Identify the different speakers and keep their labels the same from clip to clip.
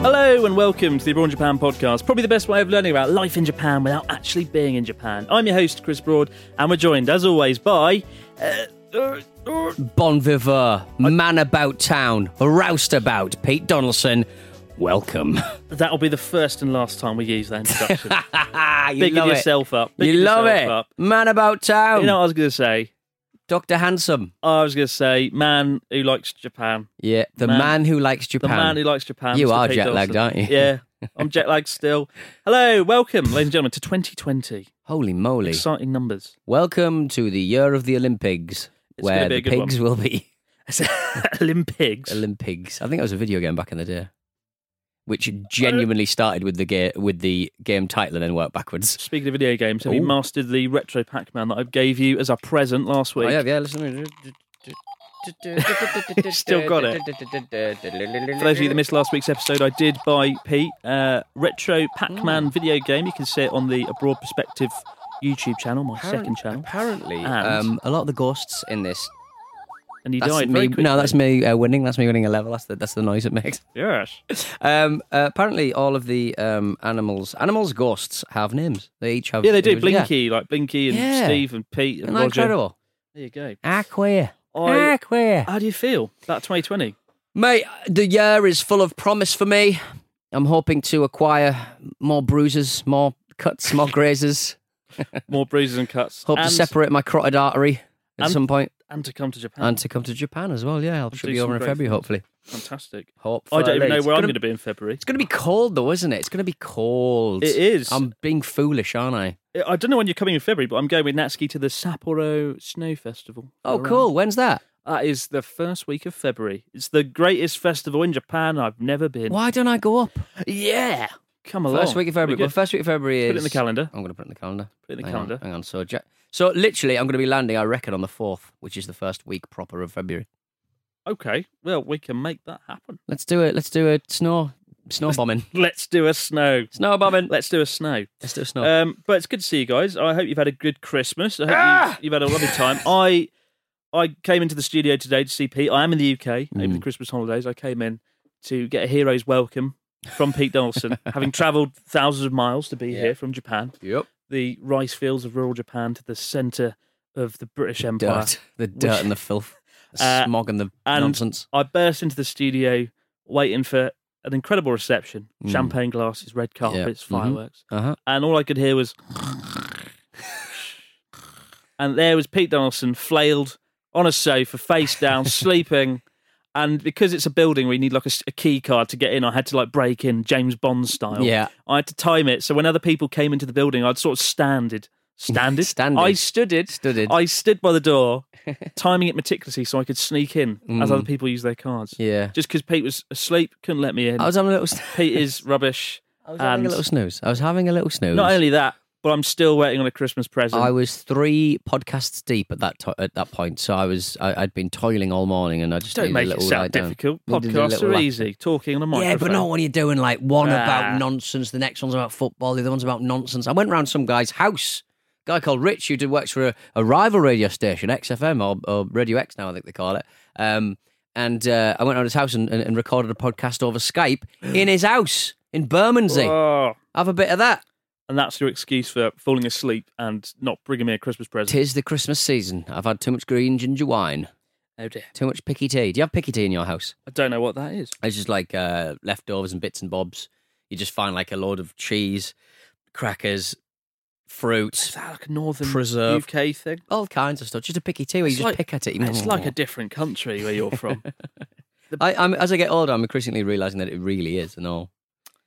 Speaker 1: Hello and welcome to the Abroad in Japan podcast. Probably the best way of learning about life in Japan without actually being in Japan. I'm your host, Chris Broad, and we're joined, as always, by. Uh, uh, uh,
Speaker 2: Bon Viveur, Man About Town, Roustabout, Pete Donaldson. Welcome.
Speaker 1: that'll be the first and last time we use that introduction.
Speaker 2: you
Speaker 1: Bigging
Speaker 2: love it.
Speaker 1: yourself up.
Speaker 2: You
Speaker 1: bigging
Speaker 2: love
Speaker 1: yourself
Speaker 2: it.
Speaker 1: up.
Speaker 2: Man About Town.
Speaker 1: You know what I was going to say?
Speaker 2: Dr. Handsome.
Speaker 1: I was going to say, man who likes Japan.
Speaker 2: Yeah, the
Speaker 1: Man-
Speaker 2: man, who likes
Speaker 1: The
Speaker 2: Japan.
Speaker 1: man who likes Japan.
Speaker 2: You
Speaker 1: Mr.
Speaker 2: are
Speaker 1: Pete
Speaker 2: jet lagged,
Speaker 1: Dawson.
Speaker 2: aren't you?
Speaker 1: Yeah, I'm jet lagged still. Hello, welcome, ladies and gentlemen, to 2020.
Speaker 2: Holy moly.
Speaker 1: Exciting numbers.
Speaker 2: Welcome to the year of the Olympics,
Speaker 1: It's gonna
Speaker 2: where
Speaker 1: be a
Speaker 2: the
Speaker 1: good
Speaker 2: pigs will be
Speaker 1: Olympics.
Speaker 2: Olympics. I think that was a video game back in the day,
Speaker 1: Uh,
Speaker 2: which genuinely started with the ga- with the game title and then worked backwards.
Speaker 1: Speaking of video games, have you
Speaker 2: Ooh.
Speaker 1: mastered the retro Pac-Man that I gave you as a present last week?
Speaker 2: Oh, yeah, yeah, listen.
Speaker 1: Still got it. For those of you that missed last week's episode, I did buy Pete uh,
Speaker 2: Mm.
Speaker 1: retro Pac-Man video game. You can see it on the Abroad Perspective YouTube channel, my second channel.
Speaker 2: Apparently,
Speaker 1: And-
Speaker 2: um, a lot of the ghosts in this.
Speaker 1: And you
Speaker 2: That's
Speaker 1: died
Speaker 2: me,
Speaker 1: very
Speaker 2: no, that's
Speaker 1: quickly.
Speaker 2: me uh, winning. That's me winning a level. That's the that's the noise it makes.
Speaker 1: Yes.
Speaker 2: Um, uh, apparently, all of the um, animals, animals, ghosts have names. They each have.
Speaker 1: Yeah, they do.
Speaker 2: individual- yeah.
Speaker 1: Blinky, like Blinky and
Speaker 2: Yeah.
Speaker 1: Steve and Pete and
Speaker 2: Isn't that
Speaker 1: Roger.
Speaker 2: incredible?
Speaker 1: There you go.
Speaker 2: Ah, queer.
Speaker 1: I-
Speaker 2: Ah, queer.
Speaker 1: How do you feel about 2020?
Speaker 2: Mate, the year is full of promise for me. I'm hoping to acquire more bruises, more cuts, more grazes.
Speaker 1: More bruises and cuts.
Speaker 2: Hope
Speaker 1: and,
Speaker 2: to separate my carotid artery at
Speaker 1: and-
Speaker 2: some point,
Speaker 1: and to come to Japan.
Speaker 2: and to come to Japan as well. Yeah, I should
Speaker 1: do
Speaker 2: be
Speaker 1: some
Speaker 2: over in
Speaker 1: great
Speaker 2: February,
Speaker 1: things.
Speaker 2: hopefully.
Speaker 1: Fantastic.
Speaker 2: Hopefully,
Speaker 1: I don't even know
Speaker 2: It's
Speaker 1: where I'm
Speaker 2: gonna-
Speaker 1: going to be in February.
Speaker 2: It's going to be cold though, isn't it? It's going to be cold.
Speaker 1: It is.
Speaker 2: I'm being foolish, aren't I?
Speaker 1: I don't know when you're coming in February, but I'm going with Natsuki to the Sapporo Snow Festival.
Speaker 2: Oh,
Speaker 1: Around-
Speaker 2: cool. When's that?
Speaker 1: That is the first week of February. It's the greatest festival in Japan I've never been.
Speaker 2: Why don't I go up?
Speaker 1: Yeah. Come along.
Speaker 2: First week of February.
Speaker 1: Be good.
Speaker 2: Well, first week of February is.
Speaker 1: Put it in the calendar.
Speaker 2: I'm going to put it in the calendar.
Speaker 1: Put it in the
Speaker 2: Hang on,
Speaker 1: calendar.
Speaker 2: hang on. So, ja- so literally, I'm going to be landing. I reckon on the fourth, which is the first week proper of February.
Speaker 1: Okay. Well, we can make that happen.
Speaker 2: Let's do it. Let's do a snow snow bombing.
Speaker 1: Let's do a snow.
Speaker 2: snow bombing.
Speaker 1: Let's do a snow.
Speaker 2: Let's do a snow.
Speaker 1: Um, but it's good to see you guys. I hope you've had a good Christmas. I hope you've, you've had a lovely time. I I came into the studio today to see Pete. I am in the UK over the Christmas holidays. I came in to get a hero's welcome from Pete Donaldson, having travelled thousands of miles to be here from Japan,
Speaker 2: yep.
Speaker 1: the rice fields of rural Japan to the centre of the British Empire.
Speaker 2: Dirt. The dirt and the filth. The
Speaker 1: Uh,
Speaker 2: smog and the
Speaker 1: and-
Speaker 2: nonsense.
Speaker 1: I burst into the studio waiting for an incredible reception.
Speaker 2: Mm.
Speaker 1: Champagne glasses, red carpets,
Speaker 2: mhm.
Speaker 1: fireworks.
Speaker 2: Uh huh.
Speaker 1: and all I could hear was. and there was Pete Donaldson flailed on a sofa, face down, sleeping. And because it's a building where you need like a, s- a key card to get in, I had to like break in James Bond style.
Speaker 2: Yeah.
Speaker 1: I had to time it. So when other people came into the building, I'd sort of standed. Standed?
Speaker 2: Standed.
Speaker 1: I stooded.
Speaker 2: Stooded.
Speaker 1: I stood by the door, timing it meticulously so I could sneak in as other people use their cards.
Speaker 2: Mm. Yeah.
Speaker 1: Just because Pete was asleep, couldn't let me in.
Speaker 2: I was having a little.
Speaker 1: Pete is rubbish.
Speaker 2: I was having
Speaker 1: and-
Speaker 2: a little snooze. I was having a little snooze.
Speaker 1: Not only that, but I'm still waiting on a Christmas present.
Speaker 2: I was three podcasts deep at that to- at that point, so I was I, I'd been toiling all morning, and I just
Speaker 1: Don't
Speaker 2: needed
Speaker 1: make
Speaker 2: a
Speaker 1: it
Speaker 2: little lie
Speaker 1: sound
Speaker 2: down.
Speaker 1: difficult.
Speaker 2: Needed a
Speaker 1: Podcasts
Speaker 2: little
Speaker 1: are
Speaker 2: lie-
Speaker 1: easy. Talking on a microphone.
Speaker 2: Yeah, but not when you're doing like one
Speaker 1: Ah.
Speaker 2: about nonsense, the next one's about football, the other one's about nonsense. I went round some guy's house, a guy called Rich, who did works for a, a rival radio station, XFM or, or Radio X now, I think they call it. Um, and uh, I went out to his house and, and, and recorded a podcast over Skype in his house in Bermondsey.
Speaker 1: Oh.
Speaker 2: Have a bit of that.
Speaker 1: And that's your excuse for falling asleep and not bringing me a Christmas present.
Speaker 2: Tis the Christmas season. I've had too much green ginger wine,
Speaker 1: Oh dear.
Speaker 2: too much picky tea. Do you have picky tea in your house?
Speaker 1: I don't know what that is.
Speaker 2: It's just like uh, leftovers and bits and bobs. You just find like a load of cheese, crackers,
Speaker 1: Is
Speaker 2: fruit,
Speaker 1: that like a northern
Speaker 2: Preserve.
Speaker 1: UK thing?
Speaker 2: all kinds of stuff. Just a picky tea where you
Speaker 1: It's
Speaker 2: just
Speaker 1: like-
Speaker 2: pick at it.
Speaker 1: It's like a different country where you're from.
Speaker 2: I, I'm, as I get older, I'm increasingly realizing that it really is and all.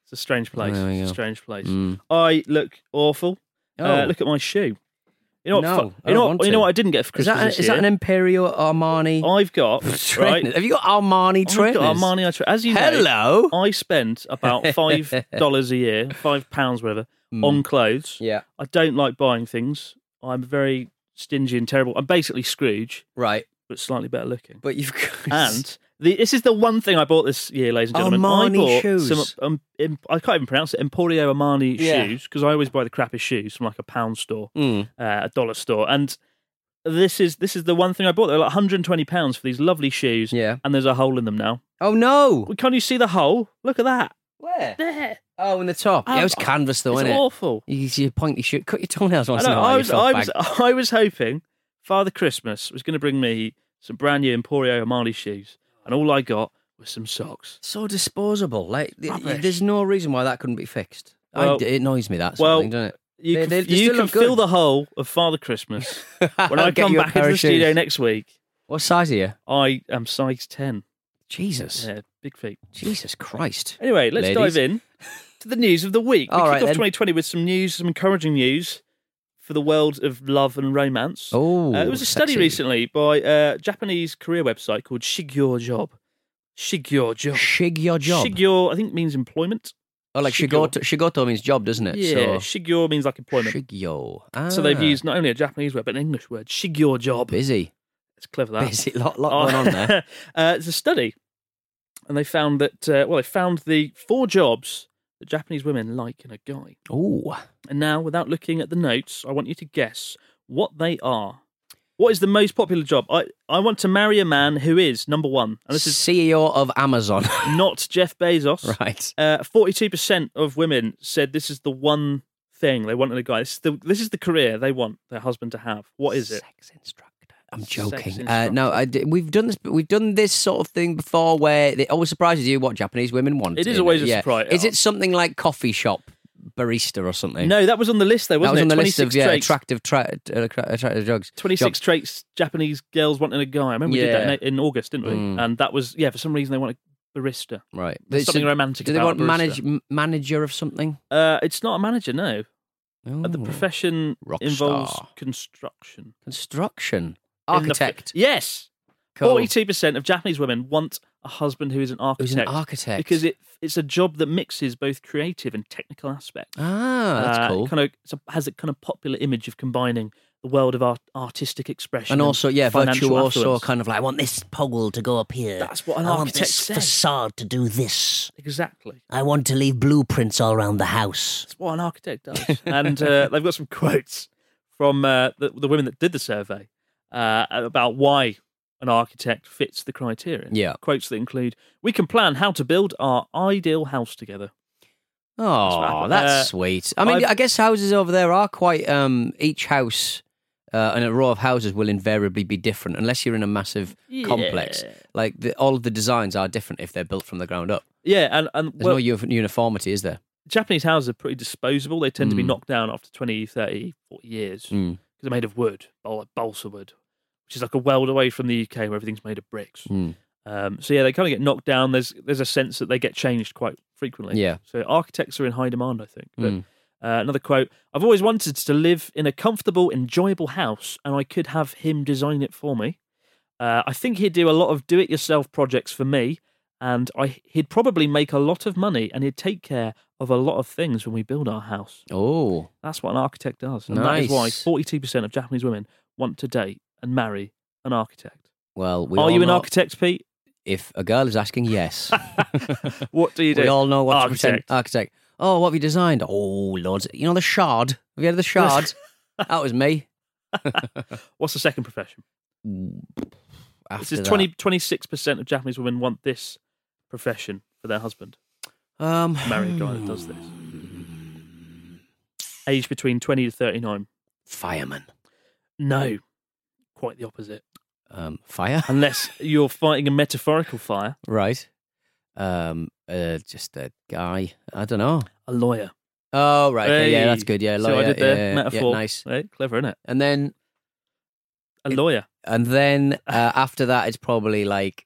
Speaker 1: It's a strange place.
Speaker 2: There we
Speaker 1: It's a
Speaker 2: go.
Speaker 1: strange place.
Speaker 2: Mm.
Speaker 1: I look awful. Uh,
Speaker 2: Oh.
Speaker 1: look at my shoe. You know what?
Speaker 2: No,
Speaker 1: fu-
Speaker 2: I
Speaker 1: you
Speaker 2: don't
Speaker 1: know
Speaker 2: want
Speaker 1: what, you
Speaker 2: to.
Speaker 1: know what I didn't get for
Speaker 2: Is
Speaker 1: Christmas
Speaker 2: that,
Speaker 1: this
Speaker 2: is that an
Speaker 1: year?
Speaker 2: Imperial Armani
Speaker 1: I've got right.
Speaker 2: trainers? Have you got Armani
Speaker 1: I've got
Speaker 2: trainers?
Speaker 1: Oh Armani. I tra- As you know,
Speaker 2: Hello.
Speaker 1: I spend about five dollars a year, five pounds whatever, on clothes.
Speaker 2: Hmm. Yeah.
Speaker 1: I don't like buying things. I'm very stingy and terrible. I'm basically Scrooge,
Speaker 2: Right.
Speaker 1: but slightly better looking.
Speaker 2: But you've got
Speaker 1: And the, this is the one thing I bought this year, ladies and gentlemen.
Speaker 2: Armani
Speaker 1: I bought
Speaker 2: shoes.
Speaker 1: some. Um, em- I can't even pronounce it. Emporio Armani
Speaker 2: Yeah.
Speaker 1: shoes because I always buy the crappiest shoes from like a pound store.
Speaker 2: Mm.
Speaker 1: uh, a dollar store. And this is this is the one thing I bought. They're like 120 pounds for these lovely shoes.
Speaker 2: Yeah.
Speaker 1: And there's a hole in them now.
Speaker 2: Oh no.
Speaker 1: Well, Can you see the hole? Look at that.
Speaker 2: Where?
Speaker 1: There.
Speaker 2: Oh, in the top. yeah, it was
Speaker 1: Um,
Speaker 2: canvas though,
Speaker 1: it's
Speaker 2: wasn't it?
Speaker 1: awful.
Speaker 2: You see your pointy shoot. Cut your toenails
Speaker 1: I,
Speaker 2: once in
Speaker 1: know,
Speaker 2: a while.
Speaker 1: I
Speaker 2: you
Speaker 1: was
Speaker 2: filth
Speaker 1: I
Speaker 2: bag.
Speaker 1: was I was hoping Father Christmas was going to bring me some brand new Emporio Armani shoes, and all I got was some socks.
Speaker 2: so disposable. Like, th-
Speaker 1: Rubbish.
Speaker 2: there's no reason why that couldn't be fixed. I,
Speaker 1: Well-
Speaker 2: it annoys me that. Sort
Speaker 1: well,
Speaker 2: of thing, doesn't it?
Speaker 1: You
Speaker 2: They-
Speaker 1: can,
Speaker 2: they- they
Speaker 1: you
Speaker 2: still
Speaker 1: can
Speaker 2: look good.
Speaker 1: fill the hole of Father Christmas when I
Speaker 2: I'll get
Speaker 1: come
Speaker 2: you a
Speaker 1: back
Speaker 2: pair
Speaker 1: into
Speaker 2: of
Speaker 1: the studio
Speaker 2: shoes.
Speaker 1: next week.
Speaker 2: What size are you?
Speaker 1: I am size ten.
Speaker 2: Jesus.
Speaker 1: Yeah, big feet.
Speaker 2: Jesus Christ.
Speaker 1: Anyway, let's
Speaker 2: Ladies.
Speaker 1: dive in to the news of the week. We
Speaker 2: All
Speaker 1: kick
Speaker 2: right,
Speaker 1: off
Speaker 2: then.
Speaker 1: 2020 with some news, some encouraging news for the world of love and romance.
Speaker 2: Oh,
Speaker 1: Uh, it was a study
Speaker 2: sexy.
Speaker 1: recently by a Japanese career website called Shig Your Job. Shig Your Job.
Speaker 2: Shig your job.
Speaker 1: Shig Your, I think, means employment.
Speaker 2: oh, like
Speaker 1: shigyo.
Speaker 2: shigoto. Shigoto means job, doesn't it?
Speaker 1: yeah,
Speaker 2: So,
Speaker 1: Shig Your means like employment.
Speaker 2: shigyo. Ah,
Speaker 1: So they've used not only a Japanese word but an English word. Shig Your Job.
Speaker 2: busy.
Speaker 1: It's clever that.
Speaker 2: Busy. Lot, lot
Speaker 1: Oh.
Speaker 2: going on there.
Speaker 1: uh, it's a study, and they found that uh, well, they found the four jobs that Japanese women like in a guy.
Speaker 2: Oh,
Speaker 1: And now, without looking at the notes, I want you to guess what they are. What is the most popular job? I, I want to marry a man who is number one, and this is
Speaker 2: CEO E of Amazon.
Speaker 1: not Jeff Bezos. Uh,
Speaker 2: right.
Speaker 1: Forty-two percent of women said this is the one thing they want in a guy. This is the this is the career they want their husband to have. What is it?
Speaker 2: Sex instructor. I'm
Speaker 1: Sex
Speaker 2: joking. Uh,
Speaker 1: instructor.
Speaker 2: no, I d we've done this. We've done this sort of thing before, where it always surprises you what Japanese women want.
Speaker 1: It is
Speaker 2: in
Speaker 1: always a
Speaker 2: yeah.
Speaker 1: surprise.
Speaker 2: Is it something like coffee shop barista or something?
Speaker 1: No, that was on the list though,
Speaker 2: that
Speaker 1: wasn't
Speaker 2: was on
Speaker 1: it?
Speaker 2: the list of
Speaker 1: 26
Speaker 2: yeah,
Speaker 1: traits-
Speaker 2: attractive, tra- uh, tra- attractive drugs.
Speaker 1: 26 traits Japanese girls want in a guy. I remember we did
Speaker 2: Yeah.
Speaker 1: that in in August, didn't we?
Speaker 2: Mm.
Speaker 1: And that was, yeah, for some reason they want a barista.
Speaker 2: Job. Right.
Speaker 1: There's
Speaker 2: So
Speaker 1: something romantic
Speaker 2: Do they
Speaker 1: about
Speaker 2: want
Speaker 1: a
Speaker 2: manage,
Speaker 1: barista.
Speaker 2: m- manager of something?
Speaker 1: Uh, it's not a manager, no. Uh, the
Speaker 2: Oh.
Speaker 1: profession
Speaker 2: Rock
Speaker 1: involves
Speaker 2: star.
Speaker 1: construction.
Speaker 2: construction
Speaker 1: In the-
Speaker 2: architect.
Speaker 1: yes.
Speaker 2: Cool.
Speaker 1: Forty-two percent of Japanese women want a husband who is an architect.
Speaker 2: Who's an architect?
Speaker 1: because it it's a job that mixes both creative and technical aspects.
Speaker 2: ah, that's
Speaker 1: Uh, it
Speaker 2: cool.
Speaker 1: Kind of it's a- has a kind of popular image of combining the world of art, artistic expression
Speaker 2: and also, yeah,
Speaker 1: financial
Speaker 2: virtuoso,
Speaker 1: affluence.
Speaker 2: kind of like I want this
Speaker 3: this pole to go up here.
Speaker 1: That's what an
Speaker 3: I want
Speaker 1: architect
Speaker 3: this
Speaker 1: says.
Speaker 3: facade to do this.
Speaker 1: exactly.
Speaker 3: I want to leave blueprints all around the house.
Speaker 1: That's what an architect does. and uh, they've got some quotes from uh, the, the women that did the survey uh, about why an architect fits the criteria.
Speaker 2: Yeah.
Speaker 1: Quotes that include We can plan how to build our ideal house together.
Speaker 2: Oh,
Speaker 1: That's right.
Speaker 2: that's
Speaker 1: Uh,
Speaker 2: sweet. I mean,
Speaker 1: I've-
Speaker 2: i guess houses over there are quite. Um, each house uh, and a row of houses will invariably be different, unless you're in a massive complex.
Speaker 1: Yeah.
Speaker 2: Like the, all of the designs are different if they're built from the ground up.
Speaker 1: Yeah, and, and
Speaker 2: There's
Speaker 1: well,
Speaker 2: no u- uniformity, is there?
Speaker 1: Japanese houses are pretty disposable. They tend to be
Speaker 2: Mm.
Speaker 1: knocked down after 20, 30, 40 years because
Speaker 2: Mm.
Speaker 1: they're made of wood, or like balsa wood, which is like a world away from the UK where everything's made of bricks.
Speaker 2: Mm.
Speaker 1: Um, so yeah, they kind of get knocked down. There's there's a sense that they get changed quite frequently.
Speaker 2: Yeah.
Speaker 1: So architects are in high demand, I think. But,
Speaker 2: Mm.
Speaker 1: uh, another quote: "I've always wanted to live in a comfortable, enjoyable house, and I could have him design it for me. Uh, I think he'd do a lot of do-it-yourself projects for me, and I he'd probably make a lot of money, and he'd take care of a lot of things when we build our house.
Speaker 2: Oh,
Speaker 1: That's what an architect does, and that is why
Speaker 2: Nice.
Speaker 1: forty-two percent of Japanese women want to date and marry an architect.
Speaker 2: well, we
Speaker 1: are
Speaker 2: all
Speaker 1: you an
Speaker 2: know-
Speaker 1: architect, Pete?
Speaker 2: If a girl is asking, yes.
Speaker 1: What do you do?
Speaker 2: we all know what to pretend.
Speaker 1: architect.
Speaker 2: Architect. Oh, what have you designed? Oh, lords. You know the shard. Have you heard of the shard? that was me.
Speaker 1: What's the second profession?
Speaker 2: after
Speaker 1: This is
Speaker 2: that.
Speaker 1: 20, 26% of Japanese women want this profession for their husband.
Speaker 2: Um,
Speaker 1: Married guy that does this.
Speaker 2: Oh.
Speaker 1: Age between 20 to 39.
Speaker 2: fireman.
Speaker 1: No, quite the opposite.
Speaker 2: Um, fire.
Speaker 1: Unless you're fighting a metaphorical fire,
Speaker 2: right. Um, uh, just a guy. I don't know.
Speaker 1: a lawyer.
Speaker 2: Oh right, okay, yeah,
Speaker 1: Hey,
Speaker 2: that's good. Yeah,
Speaker 1: See what I
Speaker 2: lawyer,
Speaker 1: did there?
Speaker 2: yeah, yeah,
Speaker 1: Metaphor.
Speaker 2: nice.
Speaker 1: Right? Clever, isn't it?
Speaker 2: And then,
Speaker 1: A lawyer.
Speaker 2: and then uh, after that, it's probably like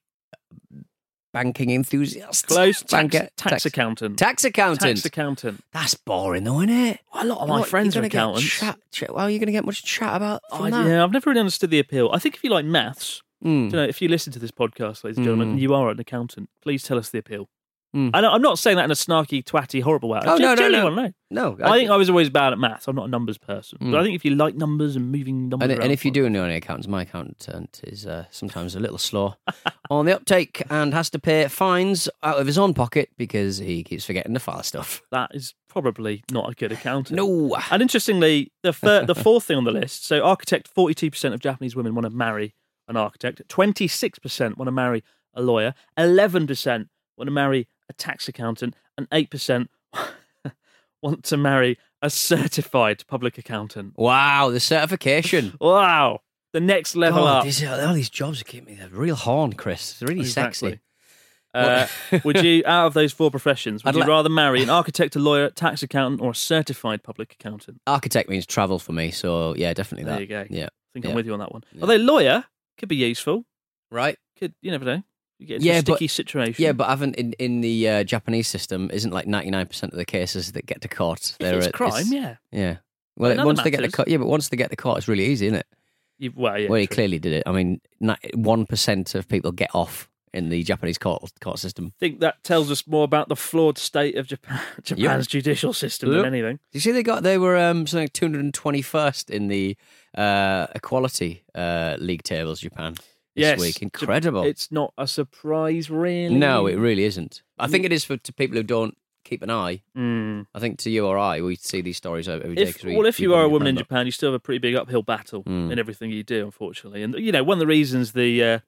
Speaker 2: banking enthusiast,
Speaker 1: Close. Tax,
Speaker 2: Banker-
Speaker 1: tax, accountant.
Speaker 2: tax accountant.
Speaker 1: Tax accountant.
Speaker 2: that's boring, though, isn't it?
Speaker 1: A lot of my friends are accountants.
Speaker 2: Chat, chat, well, you're going to get much chat about
Speaker 1: I,
Speaker 2: from that.
Speaker 1: yeah, I've never really understood the appeal. I think if you like maths,
Speaker 2: Mm.
Speaker 1: you know, if you listen to this podcast, ladies and gentlemen,
Speaker 2: Mm.
Speaker 1: and you are an accountant, please tell us the appeal.
Speaker 2: Mm.
Speaker 1: I know, I'm not saying that in a snarky, twatty, horrible way. I
Speaker 2: Oh,
Speaker 1: gen-
Speaker 2: no, no,
Speaker 1: generally
Speaker 2: no.
Speaker 1: wanna know.
Speaker 2: No,
Speaker 1: I think I was always bad at maths. I'm not a numbers person,
Speaker 2: Mm.
Speaker 1: but I think if you like numbers and moving numbers,
Speaker 2: And,
Speaker 1: around
Speaker 2: and if you
Speaker 1: fine.
Speaker 2: do know any accountants, my accountant is uh, sometimes a little slow on the uptake and has to pay fines out of his own pocket because he keeps forgetting to file stuff.
Speaker 1: that is probably not a good accountant.
Speaker 2: No.
Speaker 1: And interestingly, the thir- the fourth thing on the list. So, architect. Forty-two percent of Japanese women want to marry an architect. Twenty-six percent want to marry a lawyer. Eleven percent want to marry a tax accountant, and eight percent want to marry a certified public accountant.
Speaker 2: Wow, the certification.
Speaker 1: Wow, the next level
Speaker 2: God,
Speaker 1: up.
Speaker 2: these- uh, all these jobs give me the real horn, Chris. It's really sexy.
Speaker 1: Exactly. Uh, would you, out of those four professions, would
Speaker 2: I'd
Speaker 1: you
Speaker 2: li-
Speaker 1: rather marry an architect, a lawyer, tax accountant, or a certified public accountant?
Speaker 2: Architect means travel for me, so yeah, definitely
Speaker 1: There
Speaker 2: that.
Speaker 1: you go.
Speaker 2: Yeah.
Speaker 1: I think
Speaker 2: Yeah.
Speaker 1: I'm with you on that one.
Speaker 2: Yeah.
Speaker 1: Although lawyer could be useful.
Speaker 2: Right?
Speaker 1: Could you never know? You get into
Speaker 2: Yeah,
Speaker 1: a
Speaker 2: but-
Speaker 1: sticky situation.
Speaker 2: Yeah, but haven't in, in the uh, Japanese system, isn't like 99% of the cases that get to court.
Speaker 1: if it's
Speaker 2: uh,
Speaker 1: crime, yeah.
Speaker 2: Yeah. Well,
Speaker 1: But none
Speaker 2: once
Speaker 1: of
Speaker 2: they get to
Speaker 1: matters.
Speaker 2: court, yeah, but once they get to court, it's really easy, isn't it?
Speaker 1: You, well, yeah.
Speaker 2: well, he
Speaker 1: true.
Speaker 2: clearly did it. I mean, one percent of people get off in the Japanese court court system.
Speaker 1: I think that tells us more about the flawed state of Japan, Japan's judicial system
Speaker 2: Yep.
Speaker 1: than anything.
Speaker 2: You see, they got they were um, something two hundred and twenty first in the uh, equality uh, league tables Japan this
Speaker 1: yes,
Speaker 2: week.
Speaker 1: Jap-
Speaker 2: Incredible.
Speaker 1: It's not a surprise, really.
Speaker 2: no, it really isn't. I think it is for to people who don't keep an eye.
Speaker 1: Mm.
Speaker 2: I think to you or I, we see these stories every day.
Speaker 1: If,
Speaker 2: 'cause we-
Speaker 1: well, if
Speaker 2: we
Speaker 1: you are a
Speaker 2: probably
Speaker 1: woman in
Speaker 2: remember.
Speaker 1: Japan, you still have a pretty big uphill battle
Speaker 2: Mm.
Speaker 1: in everything you do, unfortunately. And you know, one of the reasons the uh,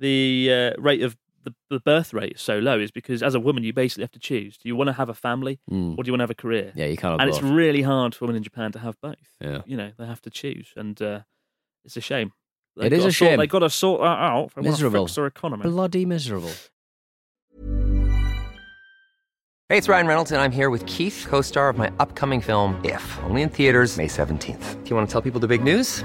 Speaker 1: the uh, rate of the, the birth rate is so low is because as a woman, you basically have to choose: do you want to have a family
Speaker 2: Mm.
Speaker 1: or do you want to have a career?
Speaker 2: yeah, you can't.
Speaker 1: and
Speaker 2: have
Speaker 1: it's
Speaker 2: both.
Speaker 1: really hard for women in Japan to have both.
Speaker 2: Oh, Yeah.
Speaker 1: You know, they have to choose, and uh, it's a shame.
Speaker 2: It is
Speaker 1: gotta
Speaker 2: a
Speaker 1: sort-
Speaker 2: shame.
Speaker 1: They got to sort that out. They wanna
Speaker 2: Miserable.
Speaker 1: fix their economy.
Speaker 2: bloody miserable.
Speaker 4: Hey, it's Ryan Reynolds, and I'm here with Keith, co star of my upcoming film, If, only in theaters, May 17th. Do you want to tell people the big news?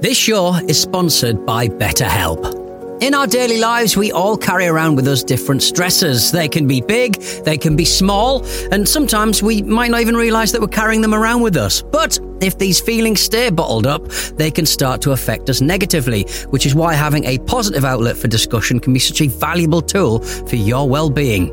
Speaker 3: This show is sponsored by BetterHelp. In our daily lives, we all carry around with us different stressors. They can be big, they can be small, and sometimes we might not even realize that we're carrying them around with us. But if these feelings stay bottled up, they can start to affect us negatively, which is why having a positive outlet for discussion can be such a valuable tool for your well being.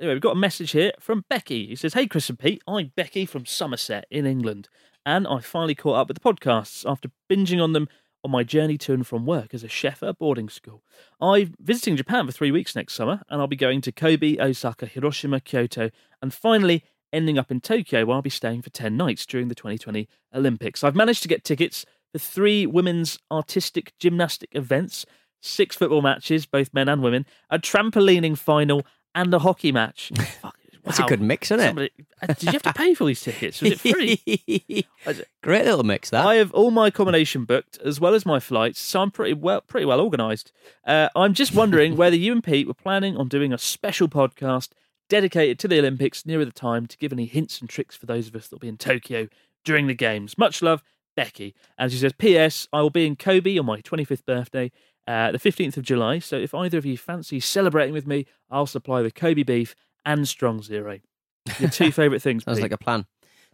Speaker 1: Anyway, we've got a message here from Becky. He says, Hey, Chris and Pete, I'm Becky from Somerset in England, and I finally caught up with the podcasts after binging on them on my journey to and from work as a chef at a boarding school. I'm visiting Japan for three weeks next summer, and I'll be going to Kobe, Osaka, Hiroshima, Kyoto, and finally ending up in Tokyo, where I'll be staying for 10 nights during the 2020 Olympics. I've managed to get tickets for three women's artistic gymnastic events, six football matches, both men and women, a trampolining final, and a hockey match. Fuck,
Speaker 3: That's a
Speaker 1: wow.
Speaker 3: good mix, isn't it?
Speaker 1: Somebody- uh, did you have to pay for these tickets? Was it free? Was it-
Speaker 3: Great little mix that.
Speaker 1: I have all my accommodation booked as well as my flights, so I'm pretty well pretty well organised. Uh, I'm just wondering whether you and Pete were planning on doing a special podcast dedicated to the Olympics nearer the time to give any hints and tricks for those of us that'll be in Tokyo during the games. Much love, Becky. And she says, "P.S. I will be in Kobe on my 25th birthday." Uh, the 15th of July, so if either of you fancy celebrating with me, I'll supply the Kobe beef and Strong Zero. Your two favourite things.
Speaker 3: Sounds
Speaker 1: Pete.
Speaker 3: like a plan.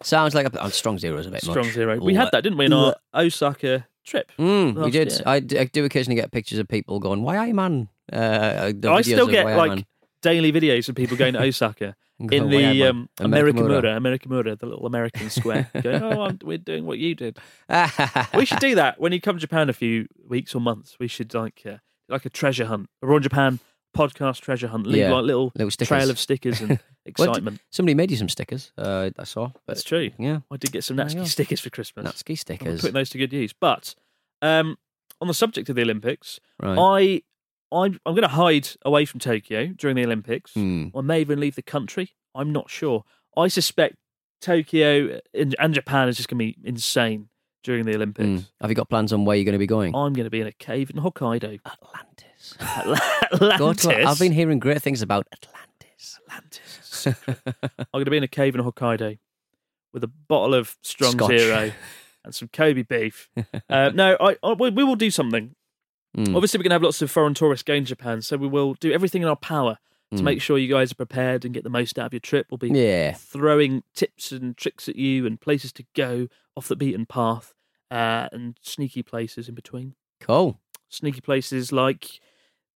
Speaker 3: Sounds like a plan. Strong zero is a bit
Speaker 1: Strong
Speaker 3: much.
Speaker 1: Zero. We had that, didn't we, in our Osaka trip?
Speaker 3: Mm, we
Speaker 1: last
Speaker 3: did.
Speaker 1: year?
Speaker 3: I, d- I do occasionally get pictures of people going, "Why are you man?" Uh, the
Speaker 1: I
Speaker 3: videos
Speaker 1: still
Speaker 3: of
Speaker 1: get
Speaker 3: "Why are you,
Speaker 1: like
Speaker 3: man?"
Speaker 1: daily videos of people going to Osaka
Speaker 3: And
Speaker 1: in
Speaker 3: going, "Why are you,
Speaker 1: the
Speaker 3: man?"
Speaker 1: um, American
Speaker 3: Mura.
Speaker 1: Mura, American Mura, the little American square. going, oh, I'm, we're doing what you did. We should do that when you come to Japan a few weeks or months. We should like uh, like a treasure hunt, a Raw Japan podcast treasure hunt. Leave
Speaker 3: Yeah,
Speaker 1: like little,
Speaker 3: little stickers.
Speaker 1: trail of stickers and
Speaker 3: What did-
Speaker 1: excitement.
Speaker 3: Somebody made you some stickers. Uh, I saw. but-
Speaker 1: That's true.
Speaker 3: Yeah,
Speaker 1: I did get some
Speaker 3: There you
Speaker 1: Natsuki
Speaker 3: go.
Speaker 1: stickers for Christmas.
Speaker 3: Natsuki
Speaker 1: I'm
Speaker 3: stickers.
Speaker 1: putting those to good use. But um, on the subject of the Olympics,
Speaker 3: Right.
Speaker 1: I I'm, I'm going to hide away from Tokyo during the Olympics.
Speaker 3: Hmm.
Speaker 1: I may even leave the country. I'm not sure. I suspect Tokyo and, and Japan is just going to be insane during the Olympics.
Speaker 3: Mm. Have you got plans on where you're going to be going?
Speaker 1: I'm going to be in a cave in Hokkaido.
Speaker 3: Atlantis.
Speaker 1: Atlantis.
Speaker 3: Go to, I've been hearing great things about Atlantis.
Speaker 1: Atlantis. I'm going to be in a cave in Hokkaido with a bottle of Strong
Speaker 3: Scotch.
Speaker 1: Zero and some Kobe beef. Uh, no, I, I we we will do something.
Speaker 3: Mm.
Speaker 1: Obviously, we're going to have lots of foreign tourists going to Japan, so we will do everything in our power to
Speaker 3: Mm.
Speaker 1: make sure you guys are prepared and get the most out of your trip. We'll be
Speaker 3: Yeah.
Speaker 1: throwing tips and tricks at you and places to go off the beaten path uh, and sneaky places in between.
Speaker 3: Cool.
Speaker 1: Sneaky places like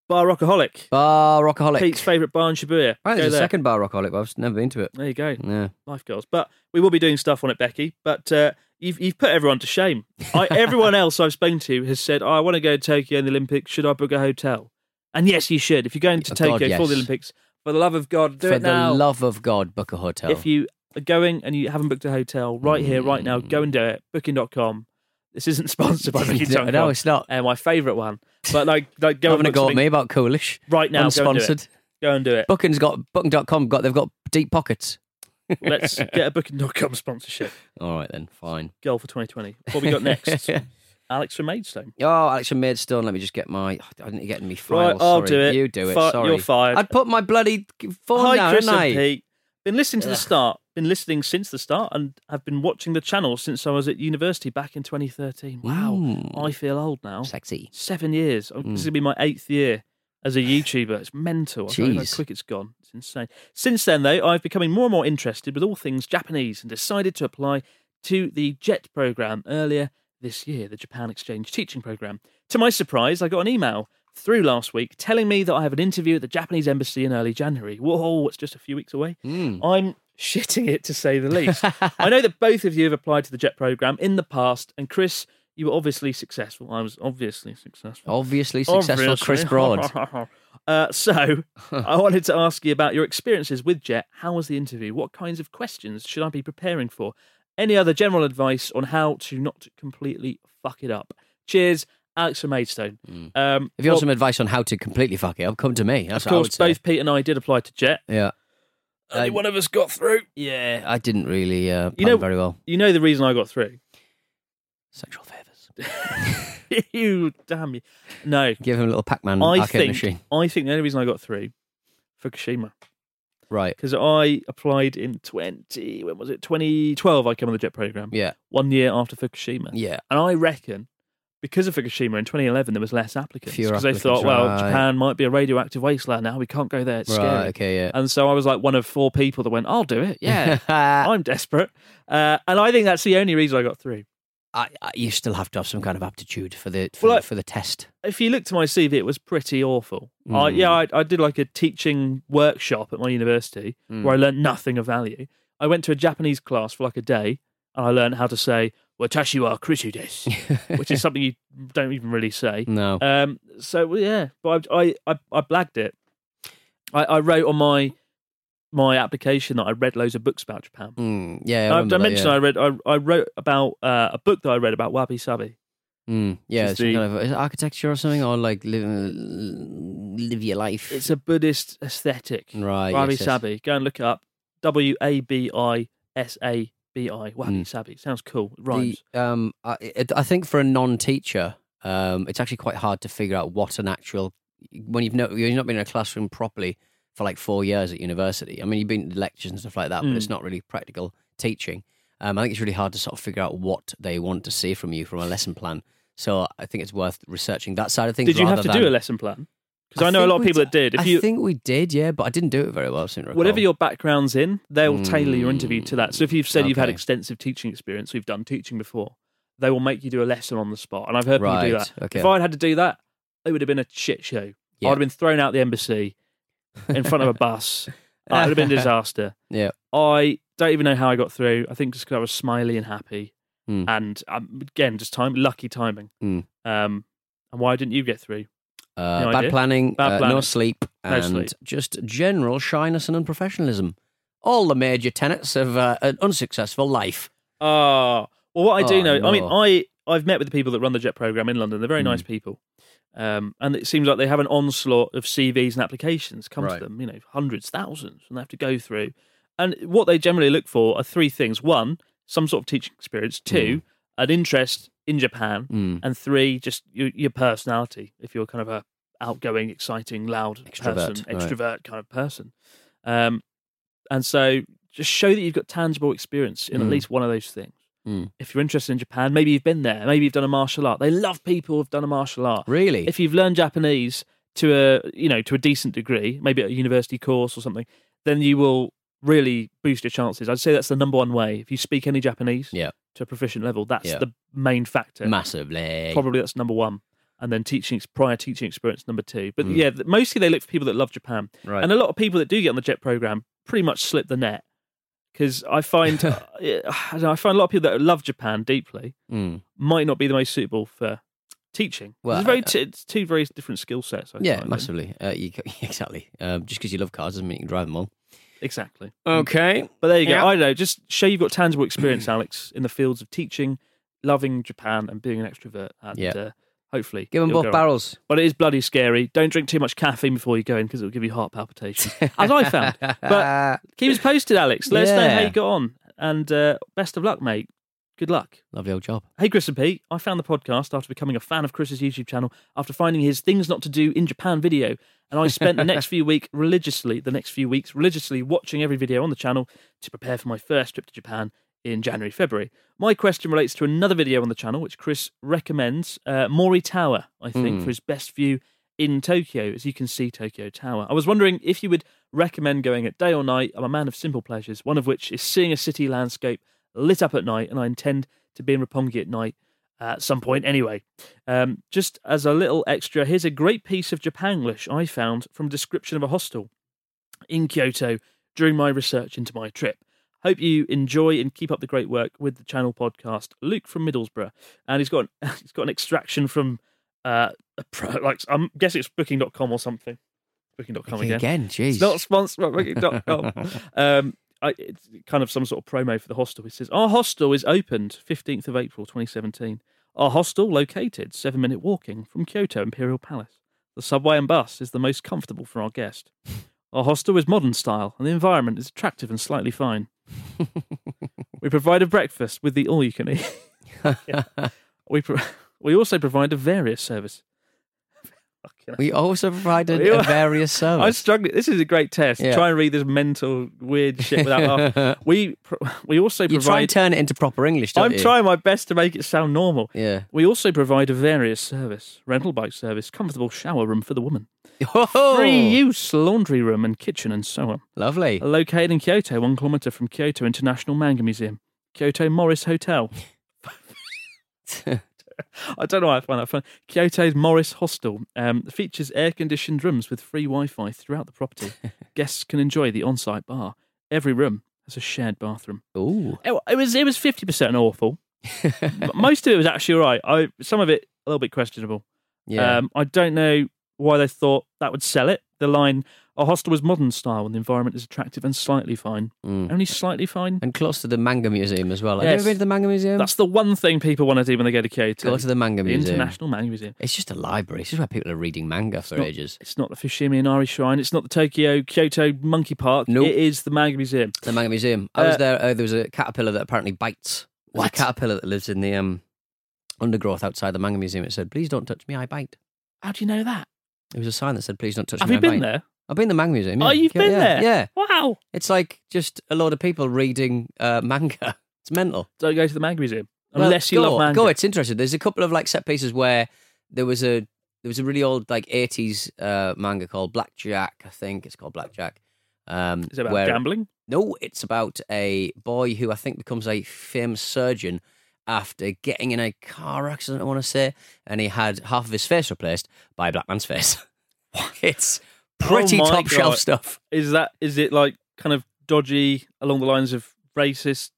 Speaker 1: Bar Rockaholic,
Speaker 3: Bar Rockaholic.
Speaker 1: Pete's favourite bar in Shibuya. Go
Speaker 3: Right, there's a
Speaker 1: there.
Speaker 3: second Bar Rockaholic, but I've never been to it. Hmm.
Speaker 1: There you go,
Speaker 3: Yeah.
Speaker 1: life goals. But we will be doing stuff on it, Becky. But uh, you've you've put everyone to shame. I, everyone else I've spoken to has said, oh, "I want to go to Tokyo in the Olympics. Should I book a hotel?" And yes, you should. If you're going to
Speaker 3: Oh,
Speaker 1: Tokyo
Speaker 3: God,
Speaker 1: for the
Speaker 3: yes.
Speaker 1: Olympics, for the love of God, do
Speaker 3: For
Speaker 1: it
Speaker 3: the
Speaker 1: now.
Speaker 3: love of God, book a hotel.
Speaker 1: If you are going and you haven't booked a hotel right here, right now, go and do it. Booking.com. This isn't sponsored by Booking.com.
Speaker 3: Mm. No, it's not.
Speaker 1: Uh, my favourite one. But like, like go
Speaker 3: having a
Speaker 1: and book
Speaker 3: go at
Speaker 1: something
Speaker 3: me about Coolish.
Speaker 1: right now. Go and, do it.
Speaker 3: Unsponsored.
Speaker 1: go and do it.
Speaker 3: Booking's got booking.com got they've got deep pockets.
Speaker 1: Let's get a Booking.com sponsorship.
Speaker 3: All right then, fine.
Speaker 1: Goal for 2020. What we got next? Alex from Maidstone.
Speaker 3: Oh, Alex from Maidstone, let me just get my. I didn't get me final.
Speaker 1: Right, I'll
Speaker 3: sorry.
Speaker 1: do it.
Speaker 3: You do it.
Speaker 1: Fi-
Speaker 3: sorry,
Speaker 1: you're fired.
Speaker 3: I'd put my bloody phone
Speaker 1: Hi,
Speaker 3: down,
Speaker 1: Chris
Speaker 3: hadn't
Speaker 1: and
Speaker 3: I?
Speaker 1: Pete. Been listening to the start. Been listening since the start, and have been watching the channel since I was at university back in 2013. Wow,
Speaker 3: Mm.
Speaker 1: I feel old now.
Speaker 3: Sexy.
Speaker 1: Seven years. Oh,
Speaker 3: Mm.
Speaker 1: This is gonna be my eighth year as a YouTuber. It's mental. I can't believe how
Speaker 3: Jeez.
Speaker 1: quick it's gone. It's insane. Since then, though, I've becoming more and more interested with all things Japanese and decided to apply to the JET program earlier this year, the Japan Exchange Teaching Program. To my surprise, I got an email through last week telling me that I have an interview at the Japanese embassy in early January. Whoa, it's just a few weeks away. I'm shitting it to say the least. I know that both of you have applied to the JET program in the past, and Chris, you were obviously successful. I was obviously successful.
Speaker 3: Obviously successful Chris Broad.
Speaker 1: uh, so, I wanted to ask you about your experiences with JET. How was the interview? What kinds of questions should I be preparing for? Any other general advice on how to not completely fuck it up? Cheers, Alex from Maidstone. Um,
Speaker 3: Hmm. If you want
Speaker 1: well,
Speaker 3: some advice on how to completely fuck it up, come to me. That's
Speaker 1: of
Speaker 3: what I would
Speaker 1: course,
Speaker 3: say.
Speaker 1: both Pete and I did apply to Jet.
Speaker 3: Yeah,
Speaker 1: Only
Speaker 3: Uh,
Speaker 1: one of us got through.
Speaker 3: yeah. I didn't really, uh,
Speaker 1: You
Speaker 3: plan
Speaker 1: know-
Speaker 3: very well.
Speaker 1: You know the reason I got through?
Speaker 3: Sexual favors.
Speaker 1: you damn you. No,
Speaker 3: Give him a little Pac-Man
Speaker 1: I
Speaker 3: arcade
Speaker 1: think
Speaker 3: machine.
Speaker 1: I think the only reason I got through Fukushima
Speaker 3: Right.
Speaker 1: because I applied in twenty. When was it? Twenty twelve. I came on the Jet program.
Speaker 3: Yeah.
Speaker 1: One year after Fukushima.
Speaker 3: Yeah.
Speaker 1: And I reckon because of Fukushima in 2011, there was less applicants
Speaker 3: Fewer
Speaker 1: because they
Speaker 3: applicants,
Speaker 1: thought, well,
Speaker 3: right.
Speaker 1: Japan might be a radioactive wasteland now. We can't go there. It's
Speaker 3: Right.
Speaker 1: scary.
Speaker 3: Okay. Yeah.
Speaker 1: And so I was like one of four people that went, I'll do it. Yeah. I'm desperate. Uh, and I think that's the only reason I got through.
Speaker 3: I, I, you still have to have some kind of aptitude for the for,
Speaker 1: Well,
Speaker 3: the-
Speaker 1: I-
Speaker 3: for the test.
Speaker 1: If you look to my CV, it was pretty awful. I,
Speaker 3: Mm.
Speaker 1: yeah, I, I did like a teaching workshop at my university
Speaker 3: Hmm.
Speaker 1: where I learned nothing of value. I went to a Japanese class for like a day and I learned how to say, Watashi wa kurusu desu, which is something you don't even really say.
Speaker 3: No.
Speaker 1: Um, so well, yeah, but I I, I, I blagged it. I, I wrote on my my application that I read loads of books about Japan.
Speaker 3: Mm,
Speaker 1: I,
Speaker 3: yeah.
Speaker 1: I
Speaker 3: remember that,
Speaker 1: mentioned
Speaker 3: yeah.
Speaker 1: Uh, I read I, I wrote about uh, a book that I read about wabi sabi.
Speaker 3: Mm, yeah,
Speaker 1: Just
Speaker 3: some
Speaker 1: the-
Speaker 3: kind of is it architecture or something, or like live, live your life.
Speaker 1: It's a Buddhist aesthetic.
Speaker 3: Right, yes,
Speaker 1: wabi
Speaker 3: yes.
Speaker 1: sabi. Go and look it up. W a b i s a b i. Wabi sabi sounds cool. It rhymes.
Speaker 3: Hmm. The, um, I, it- I think for a non-teacher, um, it's actually quite hard to figure out what an actual when you've no, you've not been in a classroom properly for like four years at university. I mean, you've been to lectures and stuff like that, but
Speaker 1: Mm.
Speaker 3: it's not really practical teaching. Um, I think it's really hard to sort of figure out what they want to see from you from a lesson plan. So I think it's worth researching that side of things.
Speaker 1: did you have
Speaker 3: rather
Speaker 1: to
Speaker 3: than-
Speaker 1: do a lesson plan? Because I, know a
Speaker 3: think
Speaker 1: lot of
Speaker 3: we
Speaker 1: people that did. If
Speaker 3: I
Speaker 1: you
Speaker 3: think we did, yeah, but I didn't do it very well. I seem to recall.
Speaker 1: whatever your background's in, they'll tailor your interview to that. So if you've said you've had
Speaker 3: okay.
Speaker 1: extensive teaching experience, we've done teaching before, they will make you do a lesson on the spot. And I've heard people do
Speaker 3: Right,
Speaker 1: that.
Speaker 3: okay.
Speaker 1: If I'd had to do that, it would have been a shit show.
Speaker 3: Yeah.
Speaker 1: I'd have been thrown out the embassy in front of a bus. Uh, it would have been a disaster.
Speaker 3: yeah.
Speaker 1: I don't even know how I got through. I think just because I was smiley and happy,
Speaker 3: Hmm.
Speaker 1: and um, again, just time lucky timing.
Speaker 3: Hmm.
Speaker 1: Um, and why didn't you get through?
Speaker 3: Uh,
Speaker 1: No
Speaker 3: bad
Speaker 1: idea.
Speaker 3: planning,
Speaker 1: Bad
Speaker 3: uh, no
Speaker 1: planning.
Speaker 3: sleep,
Speaker 1: No
Speaker 3: and
Speaker 1: sleep.
Speaker 3: just general shyness and unprofessionalism. All the major tenets of uh, an unsuccessful life.
Speaker 1: Ah, well, what I do
Speaker 3: Oh,
Speaker 1: know, I mean,
Speaker 3: no.
Speaker 1: I I've met with the people that run the jet program in London. They're very
Speaker 3: Hmm.
Speaker 1: nice people, um, and it seems like they have an onslaught of CVs and applications come
Speaker 3: Right.
Speaker 1: to them. You know, hundreds, thousands, and they have to go through. And what they generally look for are three things: one, some sort of teaching experience; two,
Speaker 3: Hmm.
Speaker 1: an interest in Japan; and three, just your, your personality. If you're kind of a outgoing, exciting, loud person,
Speaker 3: Extrovert, right.
Speaker 1: extrovert kind of person. Um, and so just show that you've got tangible experience in at least one of those things.
Speaker 3: Mm.
Speaker 1: If you're interested in Japan, maybe you've been there, maybe you've done a martial art. They love people who've done a martial art.
Speaker 3: Really?
Speaker 1: If you've learned Japanese to a you know to a decent degree, maybe at a university course or something, then you will really boost your chances. I'd say that's the number one way. If you speak any Japanese
Speaker 3: Yeah.
Speaker 1: to a proficient level, that's
Speaker 3: Yeah.
Speaker 1: the main factor.
Speaker 3: Massively.
Speaker 1: Probably that's number one. And then teaching prior teaching experience number two. But yeah, th- mostly they look for people that love Japan.
Speaker 3: Hmm. Right.
Speaker 1: And a lot of people that do get on the JET program pretty much slip the net because I find uh, yeah, I don't know, I find a lot of people that love Japan deeply
Speaker 3: Mm.
Speaker 1: might not be the most suitable for teaching.
Speaker 3: Well,
Speaker 1: Well, it's very
Speaker 3: I-
Speaker 1: t- it's two very different skill sets. I
Speaker 3: Yeah,
Speaker 1: find.
Speaker 3: massively. Uh, you, ca- exactly. Um, just because you love cars doesn't mean you can drive them all.
Speaker 1: exactly.
Speaker 3: Okay.
Speaker 1: But there you go.
Speaker 3: Yeah.
Speaker 1: I don't know. Just show you've got tangible experience, Alex, in the fields of teaching, loving Japan, and being an extrovert. And
Speaker 3: Yeah.
Speaker 1: uh, hopefully,
Speaker 3: Give them
Speaker 1: it'll
Speaker 3: both
Speaker 1: go right.
Speaker 3: barrels.
Speaker 1: But it is bloody scary. Don't drink too much caffeine before you go in because it'll give you heart palpitations, as I found. But keep us posted, Alex. Let us know how
Speaker 3: Yeah.
Speaker 1: you got on. And uh, best of luck, mate. Good luck.
Speaker 3: Lovely old job.
Speaker 1: Hey, Chris and Pete. I found the podcast after becoming a fan of Chris's YouTube channel after finding his Things Not to Do in Japan video. And I spent the next few week religiously, the next few weeks religiously watching every video on the channel to prepare for my first trip to Japan in January, February. My question relates to another video on the channel, which Chris recommends uh, Mori Tower, I think, for his best view in Tokyo, as you can see Tokyo Tower. I was wondering if you would recommend going at day or night. I'm a man of simple pleasures, one of which is seeing a city landscape lit up at night, and I intend to be in Roppongi at night at some point anyway. Um, just as a little extra, here's a great piece of Japanglish I found from a description of a hostel in Kyoto during my research into my trip. Hope you enjoy and keep up the great work with the channel podcast. Luke from Middlesbrough, and he's got an, he's got an extraction from uh, a pro, like I'm guessing it's Booking.com or something. Booking.com
Speaker 3: Okay,
Speaker 1: again.
Speaker 3: again, jeez.
Speaker 1: It's not sponsored by Booking.com. um, I, it's kind of some sort of promo for the hostel. It says, Our hostel is opened 15th of April 2017. Our hostel, located seven minute walking from Kyoto Imperial Palace, the subway and bus is the most comfortable for our guest. Our hostel is modern style, and the environment is attractive and slightly fine. we provide a breakfast with the all you can eat. We pro- we also provide a various service. Fucking
Speaker 3: We also provided
Speaker 1: We
Speaker 3: a
Speaker 1: were-
Speaker 3: various service.
Speaker 1: I'm struggling. This is a great test.
Speaker 3: Yeah.
Speaker 1: Try and read this mental weird shit without. laugh. we pro- we also
Speaker 3: you try and
Speaker 1: provide.
Speaker 3: turn it into proper English, don't
Speaker 1: I'm
Speaker 3: you?
Speaker 1: trying my best to make it sound normal.
Speaker 3: Yeah.
Speaker 1: We also provide a various service: rental bike service, comfortable shower room for the woman, free
Speaker 3: Oh.
Speaker 1: use laundry room and kitchen, and so on.
Speaker 3: Lovely.
Speaker 1: Located in Kyoto, one kilometer from Kyoto International Manga Museum, Kyoto Morris Hotel. I don't know why I find that funny. Kyoto's Morris Hostel um, features air conditioned rooms with free Wi Fi throughout the property. Guests can enjoy the on site bar. Every room has a shared bathroom.
Speaker 3: Ooh.
Speaker 1: It, it was it was fifty percent awful. but most of it was actually all right. I some of it a little bit questionable.
Speaker 3: Yeah.
Speaker 1: Um, I don't know why they thought that would sell it. The line, our hostel was modern style and the environment is attractive and slightly fine.
Speaker 3: Mm.
Speaker 1: Only slightly fine.
Speaker 3: and close to the Manga Museum as well. Have you
Speaker 1: Yes.
Speaker 3: ever been to the Manga Museum?
Speaker 1: That's the one thing people want to do when they go to Kyoto.
Speaker 3: Um, Go to the Manga
Speaker 1: The
Speaker 3: Museum.
Speaker 1: International Manga Museum.
Speaker 3: It's just a library. It's just where people are reading manga for
Speaker 1: not-
Speaker 3: ages.
Speaker 1: It's not the Fushimi Inari Shrine. It's not the Tokyo Kyoto Monkey Park.
Speaker 3: Nope.
Speaker 1: It is the Manga Museum.
Speaker 3: The Manga Museum. I was
Speaker 1: Uh,
Speaker 3: there. Uh, there was a caterpillar that apparently bites. There's
Speaker 1: What?
Speaker 3: A caterpillar that lives in the um, undergrowth outside the Manga Museum. It said, "Please don't touch me. I bite."
Speaker 1: How do you know that?
Speaker 3: It was a sign that said, "Please don't touch
Speaker 1: Have
Speaker 3: me."
Speaker 1: you
Speaker 3: I
Speaker 1: been
Speaker 3: bite."
Speaker 1: there?
Speaker 3: I've been to the Manga Museum.
Speaker 1: Oh,
Speaker 3: yeah.
Speaker 1: you've been
Speaker 3: Yeah,
Speaker 1: there.
Speaker 3: Yeah.
Speaker 1: Wow.
Speaker 3: It's like just a lot of people reading uh, manga. It's mental.
Speaker 1: Don't go to the Manga Museum
Speaker 3: Well,
Speaker 1: unless you
Speaker 3: go,
Speaker 1: love manga.
Speaker 3: Go, it's interesting. There's a couple of like set pieces where there was a there was a really old like 80s uh, manga called Blackjack. I think it's called Blackjack. Um,
Speaker 1: Is it about
Speaker 3: where-
Speaker 1: gambling?
Speaker 3: No, it's about a boy who I think becomes a famous surgeon after getting in a car accident. I want to say, and he had half of his face replaced by a black man's face. it's pretty
Speaker 1: Oh my
Speaker 3: top shelf
Speaker 1: God.
Speaker 3: stuff.
Speaker 1: Is that is it like kind of dodgy along the lines of racist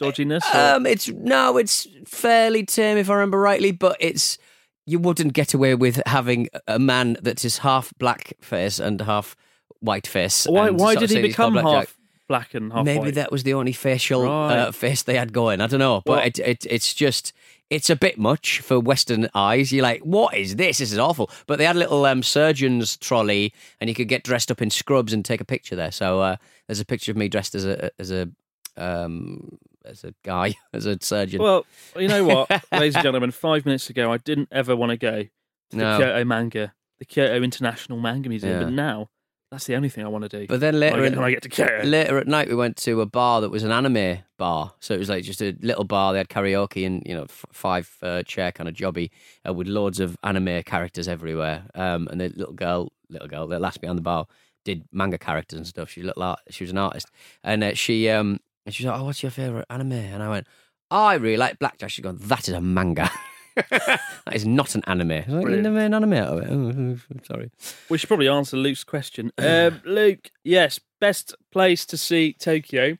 Speaker 1: dodginess? or-
Speaker 3: Um, it's no, it's fairly tame if I remember rightly, but it's you wouldn't get away with having a man that is half black face and half white face.
Speaker 1: why
Speaker 3: and
Speaker 1: why
Speaker 3: sort of
Speaker 1: did he
Speaker 3: saying he's called
Speaker 1: become half
Speaker 3: Blackjack.
Speaker 1: black and half
Speaker 3: Maybe
Speaker 1: white?
Speaker 3: that was the only facial uh,
Speaker 1: Right.
Speaker 3: face they had going. I don't know, but
Speaker 1: Well-
Speaker 3: it, it it's just it's a bit much for Western eyes. You're like, what is this? This is awful. But they had a little um, surgeon's trolley, and you could get dressed up in scrubs and take a picture there. So uh, there's a picture of me dressed as a as a um, as a guy as a surgeon.
Speaker 1: Well, you know what, ladies and gentlemen, five minutes ago I didn't ever want to go to
Speaker 3: No.
Speaker 1: the Kyoto Manga, the Kyoto International Manga Museum,
Speaker 3: Yeah.
Speaker 1: but now that's the only thing I want to do.
Speaker 3: but then
Speaker 1: When I
Speaker 3: later,
Speaker 1: get-
Speaker 3: in-
Speaker 1: when I get to Kyoto,
Speaker 3: later at night we went to a bar that was an anime bar so it was like just a little bar they had karaoke and you know f- five uh, chair kind of jobby uh, with loads of anime characters everywhere um, and the little girl little girl that last behind the bar did manga characters and stuff she looked like she was an artist and uh, she um and she was like oh what's your favorite anime and i went i really like blackjack she's gone that is a manga that is not an anime I was like, you
Speaker 1: Brilliant.
Speaker 3: never made an anime out of it sorry
Speaker 1: We should probably answer Luke's question. Um, Luke, yes, best place to see Tokyo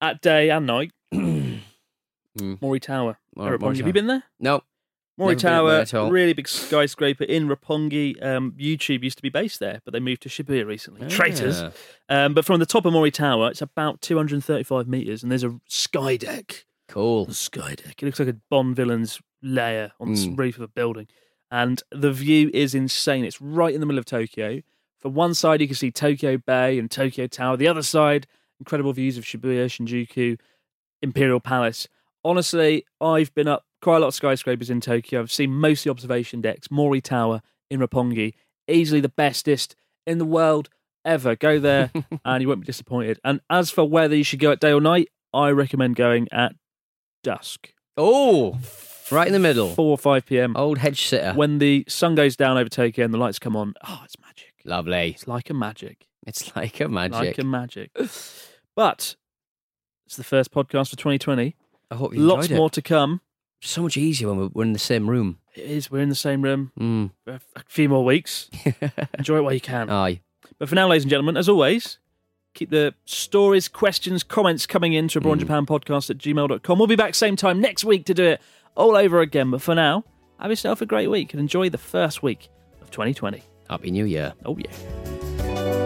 Speaker 1: at day and night. Mori Tower.
Speaker 3: Hmm. Mori-
Speaker 1: At Roppongi. Have
Speaker 3: Mori Tower.
Speaker 1: you been there?
Speaker 3: no
Speaker 1: Mori
Speaker 3: Never been there
Speaker 1: Tower,
Speaker 3: at all.
Speaker 1: really big skyscraper in Roppongi. Um, YouTube used to be based there, but they moved to Shibuya recently. Traitors.
Speaker 3: Ah.
Speaker 1: Um, but from the top of Mori Tower, it's about 235 metres, and there's a sky deck.
Speaker 3: cool
Speaker 1: The sky deck. It looks like a Bond villain's lair on the
Speaker 3: Mm.
Speaker 1: roof of a building. And the view is insane. It's right in the middle of Tokyo. From one side, you can see Tokyo Bay and Tokyo Tower. The other side, incredible views of Shibuya, Shinjuku, Imperial Palace. Honestly, I've been up quite a lot of skyscrapers in Tokyo. I've seen most of the observation decks, Mori Tower in Roppongi. Easily the bestest in the world ever. Go there and you won't be disappointed. And as for whether you should go at day or night, I recommend going at dusk,
Speaker 3: oh right in the middle
Speaker 1: four or five p.m.
Speaker 3: Old hedge sitter.
Speaker 1: When the sun goes down over Tokyo and the lights come on, oh, it's magic.
Speaker 3: Lovely.
Speaker 1: It's like a magic,
Speaker 3: It's like a magic.
Speaker 1: like a magic. But it's the first podcast for 2020.
Speaker 3: I hope you
Speaker 1: Lots
Speaker 3: enjoyed
Speaker 1: more
Speaker 3: it.
Speaker 1: to come.
Speaker 3: So much easier when we're, we're in the same room.
Speaker 1: It is. We're in the same room.
Speaker 3: Mm.
Speaker 1: We have A few more weeks. Enjoy it while you can.
Speaker 3: Aye.
Speaker 1: But for now, ladies and gentlemen, as always, keep the stories, questions, comments coming in
Speaker 3: Hmm.
Speaker 1: to abroad Japan podcast at gmail.com. We'll be back same time next week to do it all over again. But for now, have yourself a great week and enjoy the first week of 2020.
Speaker 3: Happy New Year.
Speaker 1: Oh, yeah.